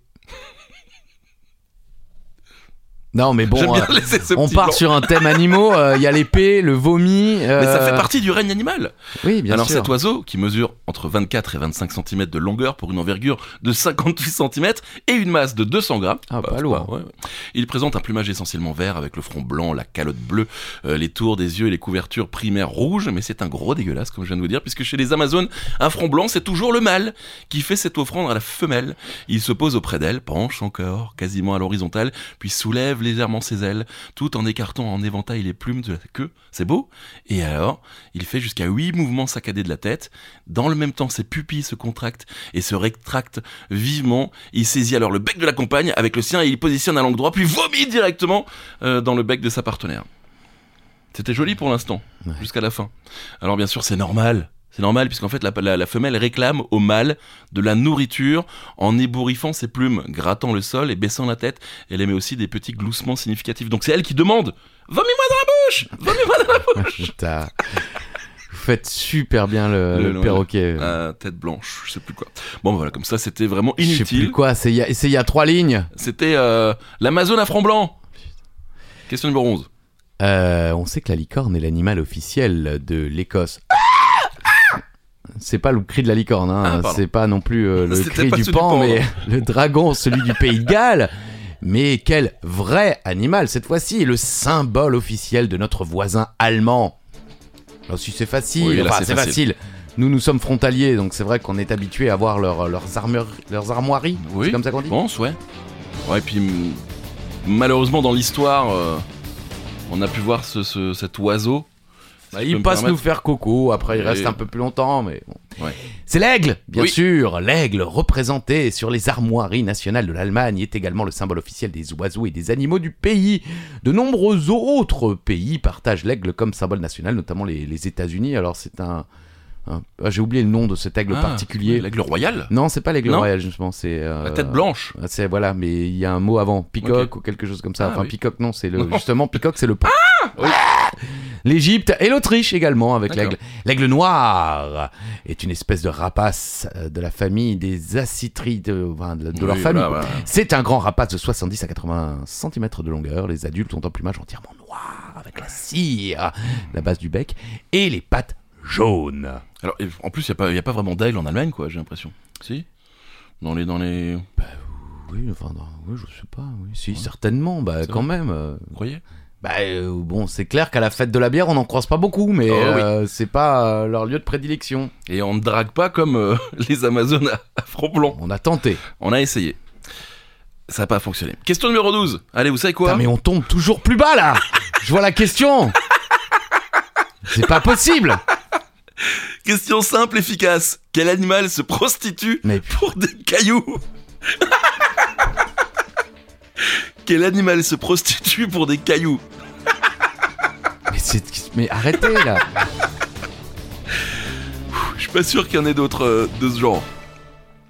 Non, mais bon, J'aime bien euh, laisser ce on petit part blanc. sur un thème animaux. euh, Il y a l'épée, le vomi. euh, Mais ça fait partie du règne animal. Oui, bien Alors sûr. cet oiseau, qui mesure entre 24 et 25 cm de longueur pour une envergure de 58 cm et une masse de 200 grammes, Ah, bah, pas c'est lourd. ouais, ouais. il présente un plumage essentiellement vert avec le front blanc, la calotte bleue, euh, les tours des yeux et les couvertures primaires rouges, mais c'est un gros dégueulasse comme je viens de vous dire, puisque chez les Amazones, un front blanc c'est toujours le mâle qui fait cette offrande à la femelle. Il se pose auprès d'elle, penche encore quasiment à l'horizontale, puis soulève légèrement ses ailes, tout en écartant en éventail les plumes de la queue. C'est beau Et alors, il fait jusqu'à 8 mouvements saccadés de la tête. Dans le même temps, ses pupilles se contractent et se rétractent vivement. Il saisit alors le bec de la compagne avec le sien et il positionne à l'angle droit, puis vomit directement euh, dans le bec de sa partenaire. C'était joli pour l'instant, Ouais. jusqu'à la fin. Alors bien sûr, c'est normal. C'est normal puisqu'en fait la, la- la femelle réclame au mâle de la nourriture en ébouriffant ses plumes, grattant le sol et baissant la tête. Elle émet aussi des petits gloussements significatifs. Donc c'est elle qui demande Vomis-moi dans la bouche Vomis-moi dans la bouche Oh, Putain. Vous faites super bien le, Le- le le- perroquet. Euh, tête blanche, je sais plus quoi. Bon voilà, comme ça c'était vraiment Je sais plus inutile. quoi, c'est il y, a- c'est il y a trois lignes. C'était euh, l'Amazon à front blanc. Question numéro 11. Euh, on sait que la licorne est l'animal officiel de l'Écosse. Ah C'est pas le cri de la licorne, hein. Ah, pardon. c'est pas non plus euh, le C'était cri pas hein. du celui du pan, pan, mais le dragon, celui du pays de Galles. Mais quel vrai animal cette fois-ci est le symbole officiel de notre voisin allemand. Alors si c'est facile, Oui, là, enfin, c'est c'est facile. Nous nous sommes frontaliers, donc c'est vrai qu'on est habitué à voir leurs- leurs armeurs, leurs armoiries. Oui. C'est comme ça qu'on dit. Je pense, ouais. Ouais, et puis m- malheureusement dans l'histoire, euh, on a pu voir ce, ce- cet oiseau. Si Bah, je peux il me passe nous permettre. faire coco, après il Et- reste un peu plus longtemps, mais bon. Ouais. C'est l'aigle, bien Oui. sûr. L'aigle, représenté sur les armoiries nationales de l'Allemagne, est également le symbole officiel des oiseaux et des animaux du pays. De nombreux autres pays partagent l'aigle comme symbole national, notamment les, les États-Unis. Alors c'est un, un- ah, j'ai oublié le nom de cet aigle Ah, particulier. L'aigle royal Non, c'est pas l'aigle Non. royal justement, c'est euh, La tête blanche ah, C'est voilà, mais il y a un mot avant, peacock ou quelque chose comme ça. Ah, enfin, oui. peacock, non, c'est le Non. Ah justement peacock, c'est le. pont. Oui. L'Égypte et l'Autriche également avec D'accord. l'aigle. L'aigle noir est une espèce de rapace euh, de la famille des acitриdes, enfin, de, de leur Oui, famille. voilà, voilà. C'est un grand rapace de 70 à 80 cm de longueur. Les adultes ont un plumage entièrement noir avec la cire, la base du bec et les pattes jaunes. Alors, et en plus, il n'y a, pas vraiment d'aigle en Allemagne, quoi, j'ai l'impression. Si dans les, dans les. Vous Oui, enfin, oui, je sais pas. Oui, si, certainement, bah, C'est quand même. euh, croyez Bah euh, bon, c'est clair qu'à la fête de la bière, on n'en croise pas beaucoup, mais Oh, oui. euh, c'est pas euh, leur lieu de prédilection. Et on ne drague pas comme euh, les Amazones à, à front blanc. On a tenté. On a essayé. Ça n'a pas fonctionné. Question numéro 12. Allez, vous savez quoi Putain, mais on tombe toujours plus bas là. Je vois la question. C'est pas possible. Question simple, efficace. Quel animal se prostitue Mais pour des cailloux Quel animal se prostitue pour des cailloux mais, c'est- mais arrêtez là. Je suis pas sûr qu'il y en ait d'autres euh, de ce genre.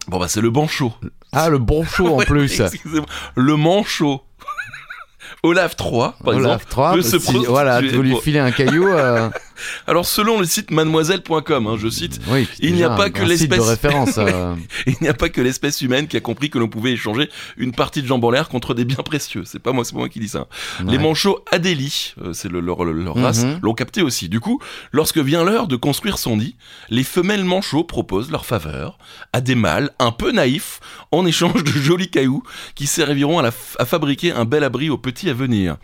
Bon bah c'est le banchot. Ah le bon show en Ouais, plus. excusez-moi. Le manchot. Olaf 3, par Olaf exemple. Tropp, peut se si- voilà, tu prostituer veux lui pour- filer un caillou. euh, Alors selon le site mademoiselle.com, hein, je cite, oui, c'est Il n'y a déjà pas un- que un site de l'espèce. référence. euh, il n'y a pas que l'espèce humaine qui a compris que l'on pouvait échanger une partie de jambes en l'air contre des biens précieux. C'est pas moi, c'est pas moi qui dis ça. Les ouais. manchots Adélie, euh, c'est le- leur, leur Mhm. race, l'ont capté aussi. Du coup, lorsque vient l'heure de construire son nid, les femelles manchots proposent leur faveur à des mâles un peu naïfs en échange de jolis cailloux qui serviront à, la f- à fabriquer un bel abri aux petits à venir.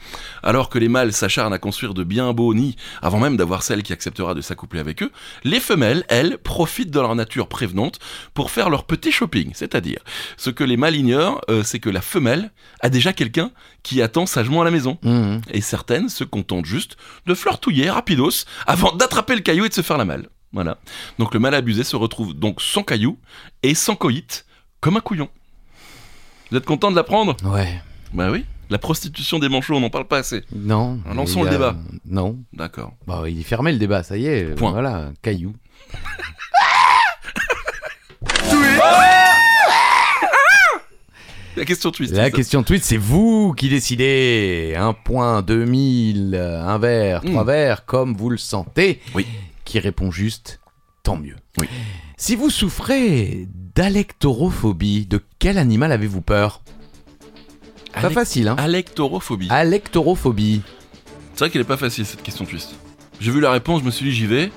Alors que les mâles s'acharnent à construire de bien beaux nids avant même d'avoir celle qui acceptera de s'accoupler avec eux, les femelles, elles, profitent de leur nature prévenante pour faire leur petit shopping. C'est-à-dire, ce que les mâles ignorent, euh, c'est que la femelle a déjà quelqu'un qui attend sagement à la maison Mhm. et certaines se contentent juste de flirtouiller rapidos avant d'attraper le caillou et de se faire la malle. Voilà. Donc le mal abusé se retrouve donc sans caillou et sans coït, comme un couillon. Vous êtes content de l'apprendre hum, Ouais. Bah oui. La prostitution des manchots, on n'en parle pas assez. Non. Lançons il y le débat. Non. D'accord. Bah, il est fermé le débat, ça y est. euh, Point. Voilà, caillou. La question twist. La c'est ça. question tweet, c'est vous qui décidez. Un point, deux mille, euh, un verre, trois Mm. verres, comme vous le sentez. Oui. Qui répond juste, tant mieux. Oui. Si vous souffrez d'alectorophobie, de quel animal avez-vous peur Pas Alec- facile, hein Alectorophobie. Alectorophobie. C'est vrai qu'elle est pas facile cette question twist. J'ai vu la réponse, je me suis dit j'y vais,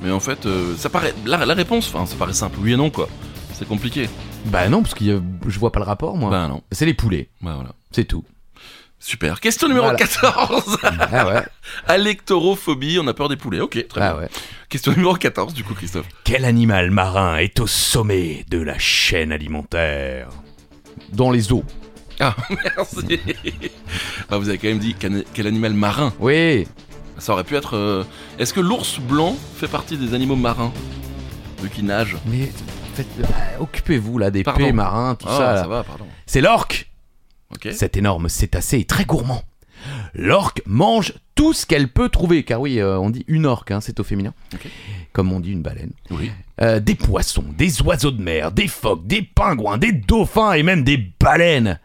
mais en fait, euh, ça paraît. La, la réponse, enfin, ça paraît simple, oui et non quoi. C'est compliqué. Bah non, parce que je vois pas le rapport, moi. Bah non, C'est les poulets, bah voilà. c'est tout. Super. Question numéro Voilà. 14 ah ouais, Alectorophobie, on a peur des poulets. Ok, très ah bien. ouais. Question numéro 14 du coup, Christophe. Quel animal marin est au sommet de la chaîne alimentaire Dans les eaux. Ah, merci Bah, vous avez quand même dit can- quel animal marin Oui, Ça aurait pu être. euh, Est-ce que l'ours blanc fait partie des animaux marins Vu qu'il nage mais faites- bah, occupez-vous là des Pardon. pets marins, tout Ah, ça. là. va, pardon. C'est l'orque Ok. Cet énorme cétacé est très gourmand. L'orque mange tout ce qu'elle peut trouver, car oui, euh, on dit une orque, hein, c'est au féminin, Ok. comme on dit une baleine. Oui. Euh, des poissons, des oiseaux de mer, des phoques, des pingouins, des dauphins et même des baleines.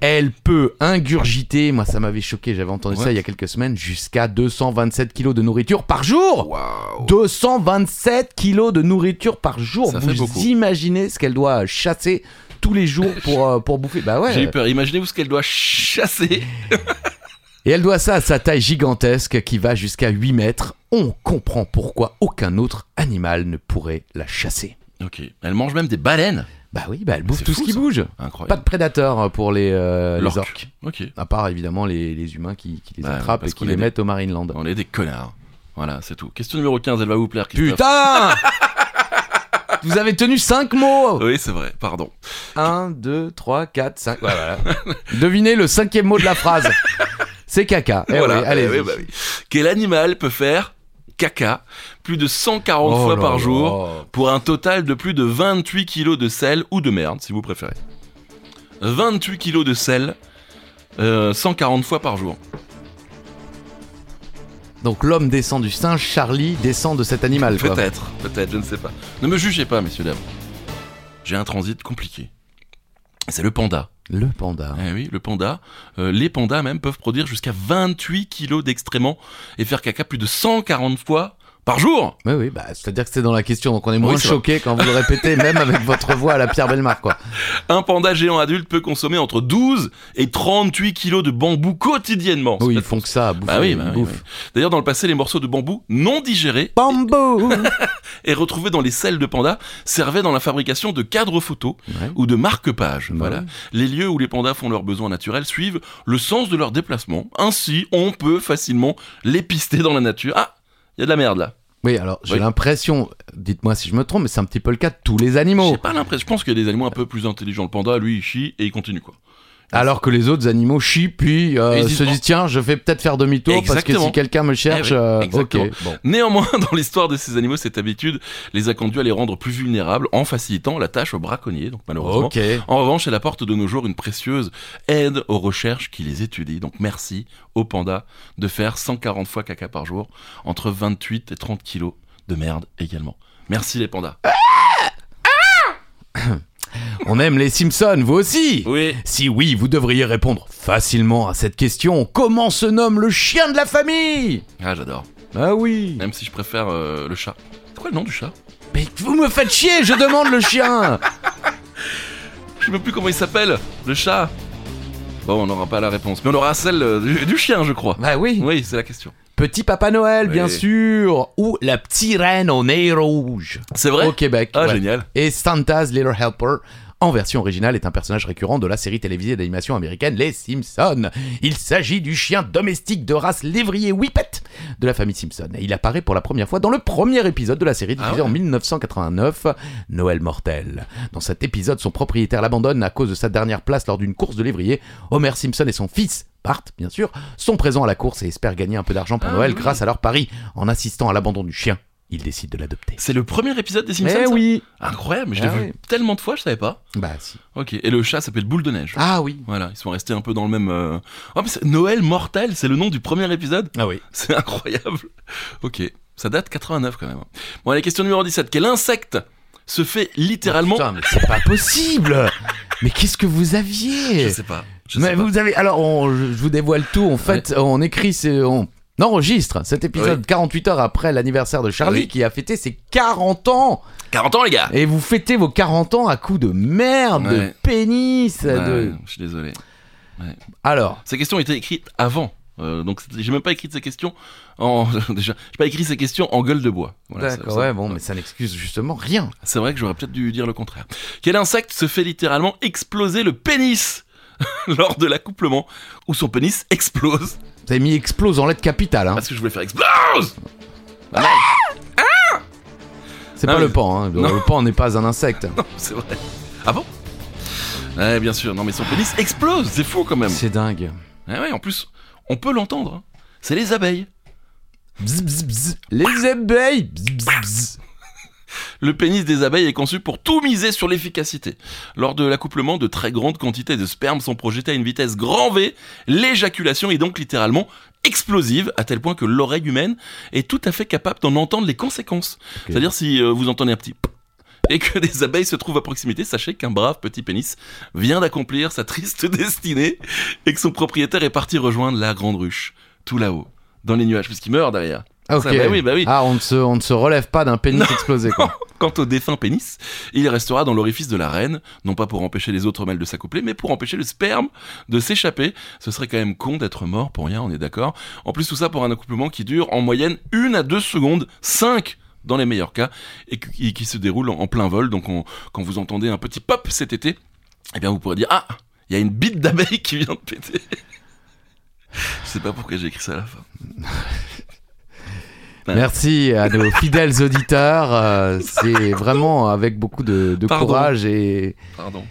Elle peut ingurgiter, moi ça m'avait choqué, j'avais entendu Ouais. ça il y a quelques semaines, jusqu'à 227 kilos de nourriture par jour Waouh 227 kilos de nourriture par jour Ça fait beaucoup. Vous imaginez ce qu'elle doit chasser tous les jours pour, euh, pour bouffer Bah J'ai eu ouais peur. Imaginez-vous ce qu'elle doit chasser. Et elle doit ça à sa taille gigantesque qui va jusqu'à 8 mètres. On comprend pourquoi aucun autre animal ne pourrait la chasser. Ok. Elle mange même des baleines. Bah oui, bah elle bouffe C'est tout fou, ce qui ça. bouge Pas de Incroyable. prédateurs pour les, euh, les L'orque. orques. Ok. À part évidemment les, les humains qui, qui les Bah, attrapent parce et qui qu'on les est des- mettent au Marineland. On est des connards. Voilà, c'est tout. Question numéro 15, elle va vous plaire, Christophe. Putain Vous avez tenu 5 mots Oui, c'est vrai, pardon. 1, 2, 3, 4, 5. Devinez le cinquième mot de la phrase. C'est caca. Eh Voilà, oui, allez. eh oui, bah oui. Quel animal peut faire caca plus de 140 Oh fois là par là. jour pour un total de plus de 28 kilos de sel ou de merde, si vous préférez 28 kilos de sel, euh, 140 fois par jour. Donc l'homme descend du singe, Charlie descend de cet animal. quoi. Peut-être, peut-être, je ne sais pas. Ne me jugez pas, messieurs, dames. J'ai un transit compliqué. C'est le panda. Le panda. Eh oui, le panda. Euh, les pandas même peuvent produire jusqu'à 28 kilos d'excréments et faire caca plus de 140 fois par jour. Oui, oui, bah, c'est-à-dire que c'est dans la question, donc on est moins c'est vrai. choqué quand vous le répétez, même avec votre voix à la Pierre Belmar, quoi. Un panda géant adulte peut consommer entre 12 et 38 kilos de bambou quotidiennement. Oui, C'est ils pas- font que ça, bouffer, Bah oui, bah ils oui, bouffent. oui. D'ailleurs, dans le passé, les morceaux de bambou non digérés Bambou et retrouvés dans les selles de panda servaient dans la fabrication de cadres photos Ouais. ou de marque-pages. Bah voilà. oui. Les lieux où les pandas font leurs besoins naturels suivent le sens de leur déplacement. Ainsi, on peut facilement les pister dans la nature. Ah, il y a de la merde là. Oui, alors j'ai Oui. l'impression, dites-moi si je me trompe, mais c'est un petit peu le cas de tous les animaux. J'ai pas l'impression. Je pense qu'il y a des animaux un peu plus intelligents. Le panda, lui, il chie et il continue quoi. Alors que les autres animaux chient, puis euh, Et ils disent, se oh. disent tiens, je vais peut-être faire demi-tour parce que Exactement. si quelqu'un me cherche, Eh oui, euh, ok. exactement. Bon. Néanmoins, dans l'histoire de ces animaux, cette habitude les a conduits à les rendre plus vulnérables en facilitant la tâche aux braconniers. Donc malheureusement. Ok. En revanche, elle apporte de nos jours une précieuse aide aux recherches qui les étudient. Donc merci aux pandas de faire 140 fois caca par jour, entre 28 et 30 kilos de merde également. Merci les pandas. On aime les Simpsons, vous aussi Oui. Si oui, vous devriez répondre facilement à cette question. Comment se nomme le chien de la famille Ah j'adore. Ah oui. Même si je préfère euh, le chat. C'est quoi le nom du chat Mais vous me faites chier, je demande le chien. Je sais même plus comment il s'appelle, le chat. Bon, on n'aura pas la réponse, mais on aura celle euh, du, du chien, je crois. Bah oui. Oui, c'est la question. Petit Papa Noël, bien Oui. sûr, ou la petite reine au nez rouge C'est vrai au Québec. Ah, ouais. génial. et Santa's Little Helper. En version originale, est un personnage récurrent de la série télévisée d'animation américaine Les Simpsons. Il s'agit du chien domestique de race lévrier Whippet de la famille Simpson. Et il apparaît pour la première fois dans le premier épisode de la série Ah diffusée ouais en 1989, Noël mortel. Dans cet épisode, son propriétaire l'abandonne à cause de sa dernière place lors d'une course de lévrier. Homer Simpson et son fils, Bart, bien sûr, sont présents à la course et espèrent gagner un peu d'argent pour Ah Noël oui. grâce à leur pari. En assistant à l'abandon du chien, ils décident de l'adopter. C'est le premier épisode des Simpsons Eh ça oui Incroyable, je Ah l'ai vu oui. tellement de fois, je savais pas. Bah si. Ok, et le chat s'appelle Boule de Neige. Ah oui Voilà, ils sont restés un peu dans le même... euh, Oh, mais c'est Noël Mortel, c'est le nom du premier épisode Ah oui. C'est incroyable. Ok, ça date 89 quand même. Ah, Bon, allez, question numéro 17. Quel insecte se fait littéralement... Putain, mais c'est pas possible Mais qu'est-ce que vous aviez Je sais pas. Je Eh. Mais sais pas. vous avez alors on- je je vous dévoile tout en fait on écrit c'est on enregistre cet épisode 48 heures après l'anniversaire de Charlie Oui. qui a fêté ses 40 ans 40 ans, les gars et vous fêtez vos 40 ans à coups de merde de Ouais. pénis de... Ouais, Je suis désolé. alors Ces questions étaient écrites avant. Euh, donc c'était- j'ai même pas écrit ces questions en déjà j'ai pas écrit ces questions en gueule de bois. Voilà, ça- d'accord ça- ouais bon mais ça n'excuse justement rien C'est vrai que j'aurais peut-être dû dire le contraire. Quel insecte se fait littéralement exploser le pénis lors de l'accouplement où son pénis explose vous avez mis explose en lettres capitales hein. parce que je voulais faire explose. Ah non, c'est Ah pas oui. le pan hein. le, Non. le pan n'est pas un insecte c'est vrai. Ah bon Ouais, bien sûr. Non mais son pénis explose, c'est fou quand même. c'est dingue Ouais, ouais, en plus, on peut l'entendre. hein. C'est les abeilles. Bzz, bzz, bzz. les abeilles Bzz, bzz, bzz. Le pénis des abeilles est conçu pour tout miser sur l'efficacité. Lors de l'accouplement, de très grandes quantités de sperme sont projetées à une vitesse grand V. L'éjaculation est donc littéralement explosive, à tel point que l'oreille humaine est tout à fait capable d'en entendre les conséquences. C'est-à-dire si euh, vous entendez un petit pop et que des abeilles se trouvent à proximité, sachez qu'un brave petit pénis vient d'accomplir sa triste destinée et que son propriétaire est parti rejoindre la grande ruche, tout là-haut, dans les nuages, puisqu'il meurt derrière. ah, ok. Ça, bah oui, bah oui. Ah, on ne se, on ne se relève pas d'un pénis explosé quoi Quant au défunt pénis, il restera dans l'orifice de la reine, non pas pour empêcher les autres mâles de s'accoupler, mais pour empêcher le sperme de s'échapper. Ce serait quand même con d'être mort pour rien, on est d'accord. En plus, tout ça pour un accouplement qui dure en moyenne une à deux secondes, 5 dans les meilleurs cas, et qui, et qui se déroule en, en plein vol. Donc, on- quand vous entendez un petit pop cet été, eh bien, vous pourrez dire Ah, il y a une bite d'abeille qui vient de péter. Je sais pas pourquoi j'ai écrit ça à la fin. Ouais. Merci à nos fidèles auditeurs. euh, c'est vraiment avec beaucoup de, de Pardon. courage et, Pardon.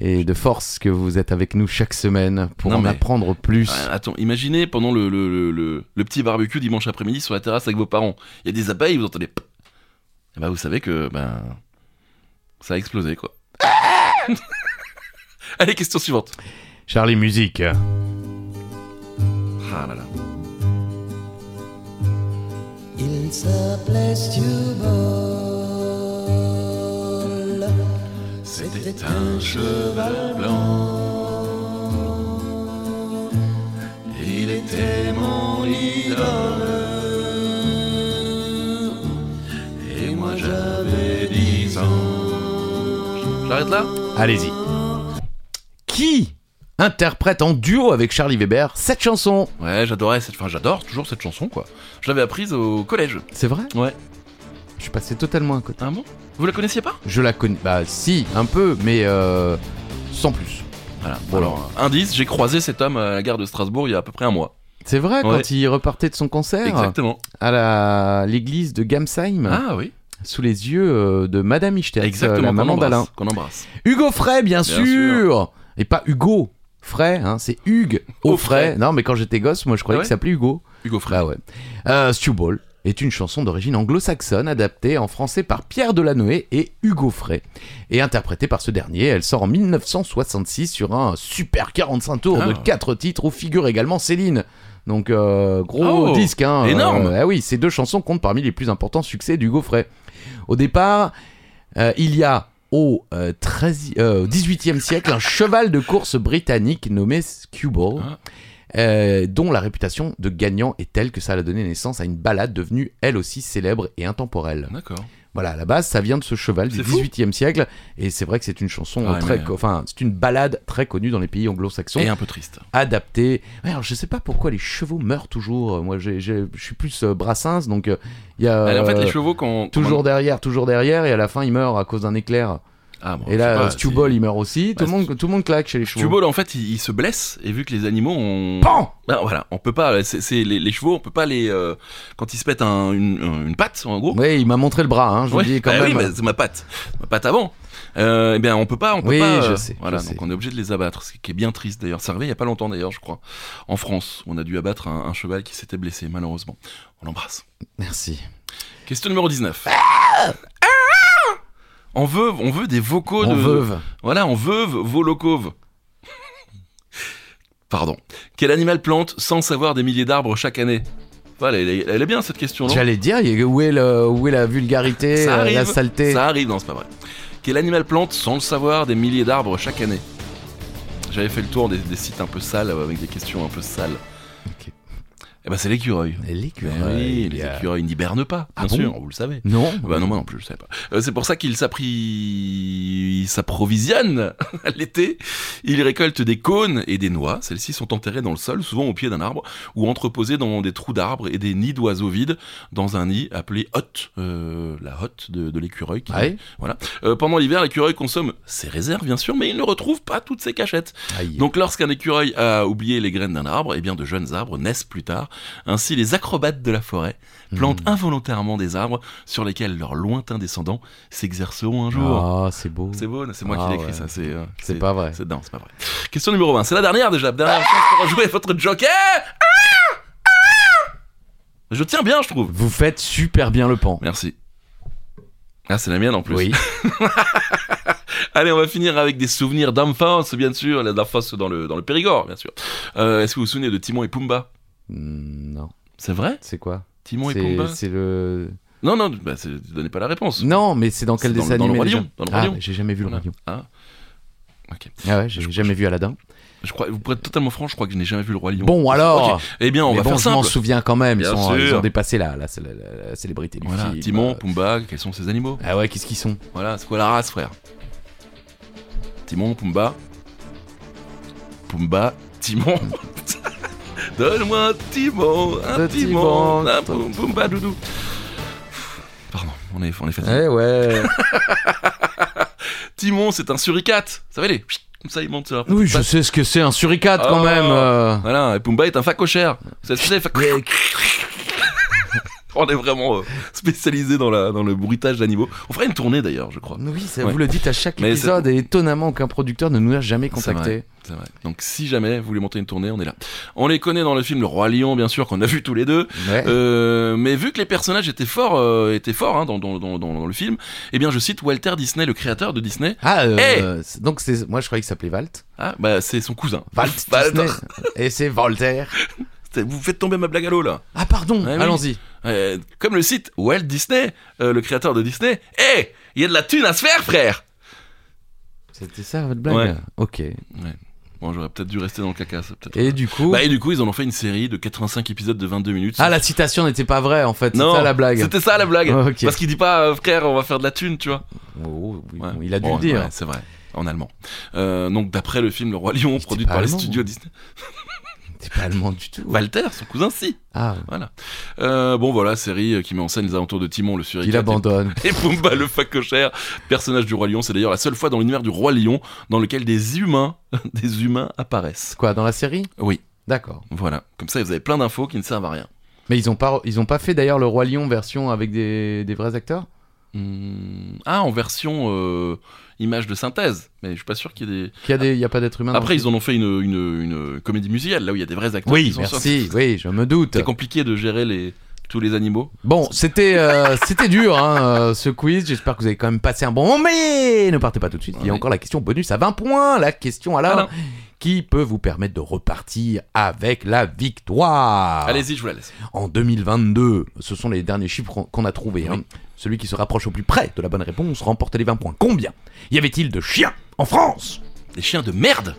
et de force que vous êtes avec nous chaque semaine pour Non, en mais- apprendre plus. Ouais, attends, imaginez pendant le, le, le, le- le petit barbecue dimanche après-midi sur la terrasse avec vos parents. Il y a des abeilles, vous entendez. pop. Et bah vous savez que ben ça a explosé quoi. Allez, question suivante. Charlie Musique. Ah là là. It's a place to ball. C'était un cheval blanc. Il était mon idole. Et moi j'avais 10 ans. J'arrête là Allez-y. Qui interprète en duo avec Charlie Weber cette chanson Ouais, j'adorais cette. Enfin, j'adore toujours cette chanson, quoi. Je l'avais apprise au collège. C'est vrai Ouais. Je suis passé totalement à côté. Ah bon Vous la connaissiez pas Je la connais. Bah si, un peu, mais euh, sans plus. Voilà. Bon, alors, euh, indice, j'ai croisé cet homme à la gare de Strasbourg il y a à peu près un mois. C'est vrai, Ouais. quand il repartait de son concert Exactement. à la- l'église de Gamsheim. Ah oui. sous les yeux euh, de Madame Ichter, Exactement. la qu'on maman embrasse, d'Alain. Qu'on embrasse. Hugo Frey, bien, sûr. sûr. Et pas Hugo Frey, hein, c'est Hugues Offray. Offray. Non, mais quand j'étais gosse, moi je croyais Ah ouais qu'il s'appelait Hugo. Hugo Frère. Bah ouais. Euh, Stew Ball est une chanson d'origine anglo-saxonne adaptée en français par Pierre Delanoë et Hugo Frey et interprétée par ce dernier. Elle sort en 1966 sur un super 45 tours de Ah. 4 titres où figure également Céline. Donc euh, gros Oh, disque hein. énorme. Euh, ah oui, ces deux chansons comptent parmi les plus importants succès d'Hugo Frey. Au départ, euh, il y a au euh, 13e euh, au 18e siècle un cheval de course britannique nommé Skewball, Ah. euh, dont la réputation de gagnant est telle que ça a donné naissance à une balade devenue elle aussi célèbre et intemporelle. D'accord. Voilà, à la base, ça vient de ce cheval du C'est fou. 18e siècle, et c'est vrai que c'est une chanson euh, Ah, très, mais- co- enfin, c'est une balade très connue dans les pays anglo-saxons, Et un peu triste. adaptée. Ouais, alors, je sais pas pourquoi les chevaux meurent toujours. euh, Moi, j'ai- j'ai- je suis plus euh, Brassens, donc euh, il y a Allez, Bah, en fait, euh, les chevaux quand. toujours derrière, toujours derrière, et à la fin, ils meurent à cause d'un éclair. Ah bon. Et là, Stu Ball, il meurt aussi. Tout, Bah, le monde, tout le monde claque chez les chevaux. Stubol, en fait, il, il se blesse et vu que les animaux ont. Pan Bah, voilà, on peut pas. C'est c'est les, les chevaux, on peut pas les. euh, quand ils se pètent un- une, une patte, en gros. Oui, il m'a montré le bras, hein, je vous Ouais, le dis quand bah même. Oui, mais c'est ma patte. Ma patte avant. Euh, eh bien, on peut pas, on peut Oui, pas. je euh, sais, je Voilà, sais. donc on est obligé de les abattre, ce qui est bien triste d'ailleurs. Ça arrivait il y a pas longtemps d'ailleurs, je crois. En France, on a dû abattre un, un cheval qui s'était blessé, malheureusement. On l'embrasse. Merci. Question numéro 19. Ah on veut, on veut des vocaux En de. veuve. Voilà, en veuve, vos locauves. Pardon. Quel animal plante sans savoir des milliers d'arbres chaque année Voilà, elle est, elle est bien cette question, non J'allais dire, il y a- où est, le- où est la vulgarité, Ça euh, la arrive, saleté Ça arrive, non, c'est pas vrai. qui est l'animal plante, sans le savoir, des milliers d'arbres chaque année. J'avais fait le tour des, des sites un peu sales, euh, avec des questions un peu sales. Ok. Et ben c'est l'écureuil. Ben oui, L'écureuil. les euh, écureuils n'hibernent pas, Ah bien bon sûr, vous le savez. Non Bah non, moi non plus, je savais pas. Euh, c'est pour ça qu'il s'appri- il s'approvisionne à l'été. Il récolte des cônes et des noix. Celles-ci sont enterrées dans le sol, souvent au pied d'un arbre, ou entreposées dans des trous d'arbres et des nids d'oiseaux vides, dans un nid appelé hotte, euh, la hotte de, de l'écureuil. qui- Ah ouais Euh, pendant l'hiver, l'écureuil consomme ses réserves, bien sûr, mais il ne retrouve pas toutes ses cachettes. Aïe. Donc lorsqu'un écureuil a oublié les graines d'un arbre, eh bien de jeunes arbres naissent plus tard. Ainsi les acrobates de la forêt Hmm. plantent involontairement des arbres sur lesquels leurs lointains descendants s'exerceront un jour. Ah, c'est beau. C'est beau, c'est moi Ah qui l'écris ouais. ça, c'est euh, C'est pas vrai. C'est non, c'est pas vrai. Question numéro 20, c'est la dernière déjà, dernière chance pour jouer votre joker. Ah Ah je tiens bien, je trouve. Vous faites super bien le pan. Merci. Ah, c'est la mienne en plus. Oui. Allez, on va finir avec des souvenirs d'enfance, bien sûr, la- d'enfance dans le, dans le Périgord, bien sûr. Euh, Est-ce que vous vous souvenez de Timon et Pumba Mm, Non. C'est vrai C'est quoi Timon et C'est- Pumba C'est le. Non, non, bah, c'est- donnez pas la réponse. Non, mais c'est dans quel C'est dans- dessin dans le animé Roi déjà Lion, dans le Roi Ah, Lion. mais j'ai jamais vu le Voilà. Roi Lion. Ah. Ah ouais, j'ai Je- jamais vu Aladdin. Je crois, pour être totalement franc, je crois que je n'ai jamais vu le Roi Lion. Bon alors. Ok. Eh bien, on mais va bon, faire je m'en simple. souviens quand même. Ils, Bien sont- ils sûr. ont dépassé la, la, la- la- la célébrité du Voilà, film. Timon, Pumba, quels sont ces animaux Ah ouais, qu'est-ce qu'ils sont Voilà, c'est quoi la race, frère Timon, Pumba. Pumba, Timon. Donne-moi un Timon, un Le Timon, Timon. un Pum- Pumba, doudou. Pardon, on est, on est fatigué. Eh ouais. Timon, c'est un suricate. Ça va aller Comme ça, il monte sur la oui, je patte. sais ce que c'est un suricate quand Oh. même. euh. Voilà, et Pumba est un facochère. C'est ce que c'est, facochère. On est vraiment euh, spécialisé dans, la, dans le bruitage d'animaux. On ferait une tournée d'ailleurs, je crois. Oui, ça, Ouais. vous le dites à chaque Mais épisode et étonnamment aucun producteur ne nous a jamais C'est contacté. C'est vrai. Donc si jamais vous voulez monter une tournée, on est là. On les connaît dans le film Le Roi Lion, bien sûr, qu'on a vu tous les deux. Ouais. Euh, mais vu que les personnages étaient forts, euh, étaient forts hein, dans, dans, dans, dans- dans le film, eh bien je cite Walter Disney, le créateur de Disney. Ah, euh, c'est- donc c'est moi je croyais qu'il s'appelait Walt. Ah, bah c'est son cousin. Walt Walter. Disney. Et c'est Voltaire. C'est- Vous faites tomber ma blague à l'eau là. Ah pardon, Ouais, oui. allons-y. Euh, comme le site Walt Disney, euh, le créateur de Disney, Eh, il y a de la thune à se faire, frère C'était ça votre blague Ouais. Ok. Bon, j'aurais peut-être dû rester dans le caca, ça, peut-être. Et du coup. Bah, et du coup, ils en ont fait une série de 85 épisodes de 22 minutes. ah, la citation n'était pas vraie en fait, c'est Non, ça la blague. C'était ça la blague Ah, ok. Parce qu'il dit pas, euh, frère, on va faire de la thune, tu vois. Oh, oui, Ouais. bon, il a dû Bon, le dire. ouais, c'est vrai, en allemand. Euh, donc, d'après le film Le Roi Lion, était produit pas par les allemand. hein. studios Disney. T'es pas allemand du tout. Walter, son cousin, si. Ah, Voilà. Euh, bon, voilà, série euh, qui met en scène les alentours de Timon, le suricate. il abandonne. Et Pumba le facochère, personnage du roi lion, c'est d'ailleurs la seule fois dans l'univers du roi lion dans lequel des humains, des humains apparaissent. Quoi, dans la série Oui, D'accord. voilà. Comme ça, vous avez plein d'infos qui ne servent à rien. Mais ils ont pas, ils ont pas fait d'ailleurs le Roi Lion version avec des, des vrais acteurs Hmm, Ah, en version euh, image de synthèse, mais je suis pas sûr qu'il y ait des. Qu'il y a des, il y a pas d'être humain. Après, ils en ont fait une, une, une euh, comédie musicale là où il y a des vrais acteurs. qui Oui, sont sortis. merci. Oui, je me doute. C'est compliqué de gérer les tous les animaux. Bon, c'était euh, c'était dur hein, euh, ce quiz. J'espère que vous avez quand même passé un bon moment. Mais ne partez pas tout de suite. Il y a Ouais. encore la question bonus à 20 points. La question à Alain. la qui peut vous permettre de repartir avec la victoire. Allez-y, je vous la laisse. En 2022, ce sont les derniers chiffres qu'on a trouvés. hein. Celui qui se rapproche au plus près de la bonne réponse remporte les 20 points. Combien y avait-il de chiens en France Des chiens de merde.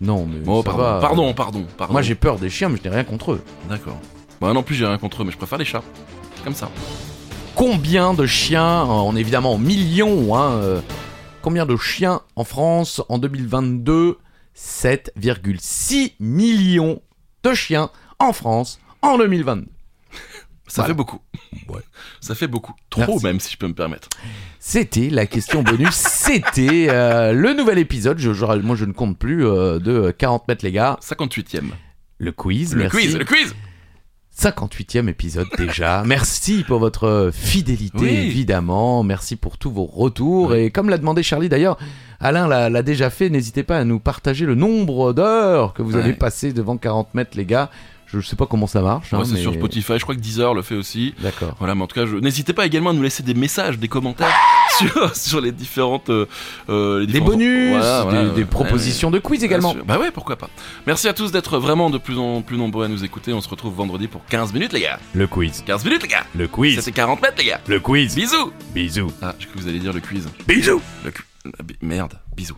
Non, mais Oh, ça pardon, va. pardon, pardon, pardon. Moi j'ai peur des chiens, mais je n'ai rien contre eux. D'accord. Bah non plus, j'ai rien contre eux, mais je préfère les chats. Comme ça. Combien de chiens On est évidemment en millions. hein, euh, combien de chiens en France en 2022 7,6 millions de chiens en France en 2022. Ça Voilà. fait beaucoup. Ouais. Ça fait beaucoup. Trop Merci. même, si je peux me permettre. C'était la question bonus. C'était euh, le nouvel épisode. Je, je- moi, je ne compte plus euh, de 40 mètres, les gars. 58ème. Le quiz. Le merci. quiz, le quiz 58e épisode déjà. merci pour votre fidélité, Oui. évidemment. Merci pour tous vos retours. Et comme l'a demandé Charlie d'ailleurs, Alain l'a l'a déjà fait. N'hésitez pas à nous partager le nombre d'heures que vous Ouais. avez passé devant 40 mètres, les gars. Je sais pas comment ça marche. hein, Ouais, c'est mais- sur Spotify, je crois que Deezer le fait aussi. D'accord. Voilà, mais en tout cas, je... n'hésitez pas également à nous laisser des messages, des commentaires sur, sur les différentes. euh, euh, les Des différents- bonus, Voilà, voilà, des, des ouais, propositions de quiz ouais, également. bien sûr. Bah ouais, pourquoi pas. Merci à tous d'être vraiment de plus en plus nombreux à nous écouter. On se retrouve vendredi pour 15 minutes, les gars. Le quiz. 15 minutes, les gars. Le quiz. C'était 40 mètres, les gars. Le quiz. Bisous. Bisous. Ah, je cru que vous alliez dire le quiz. Bisous. Le cu- Merde, bisous.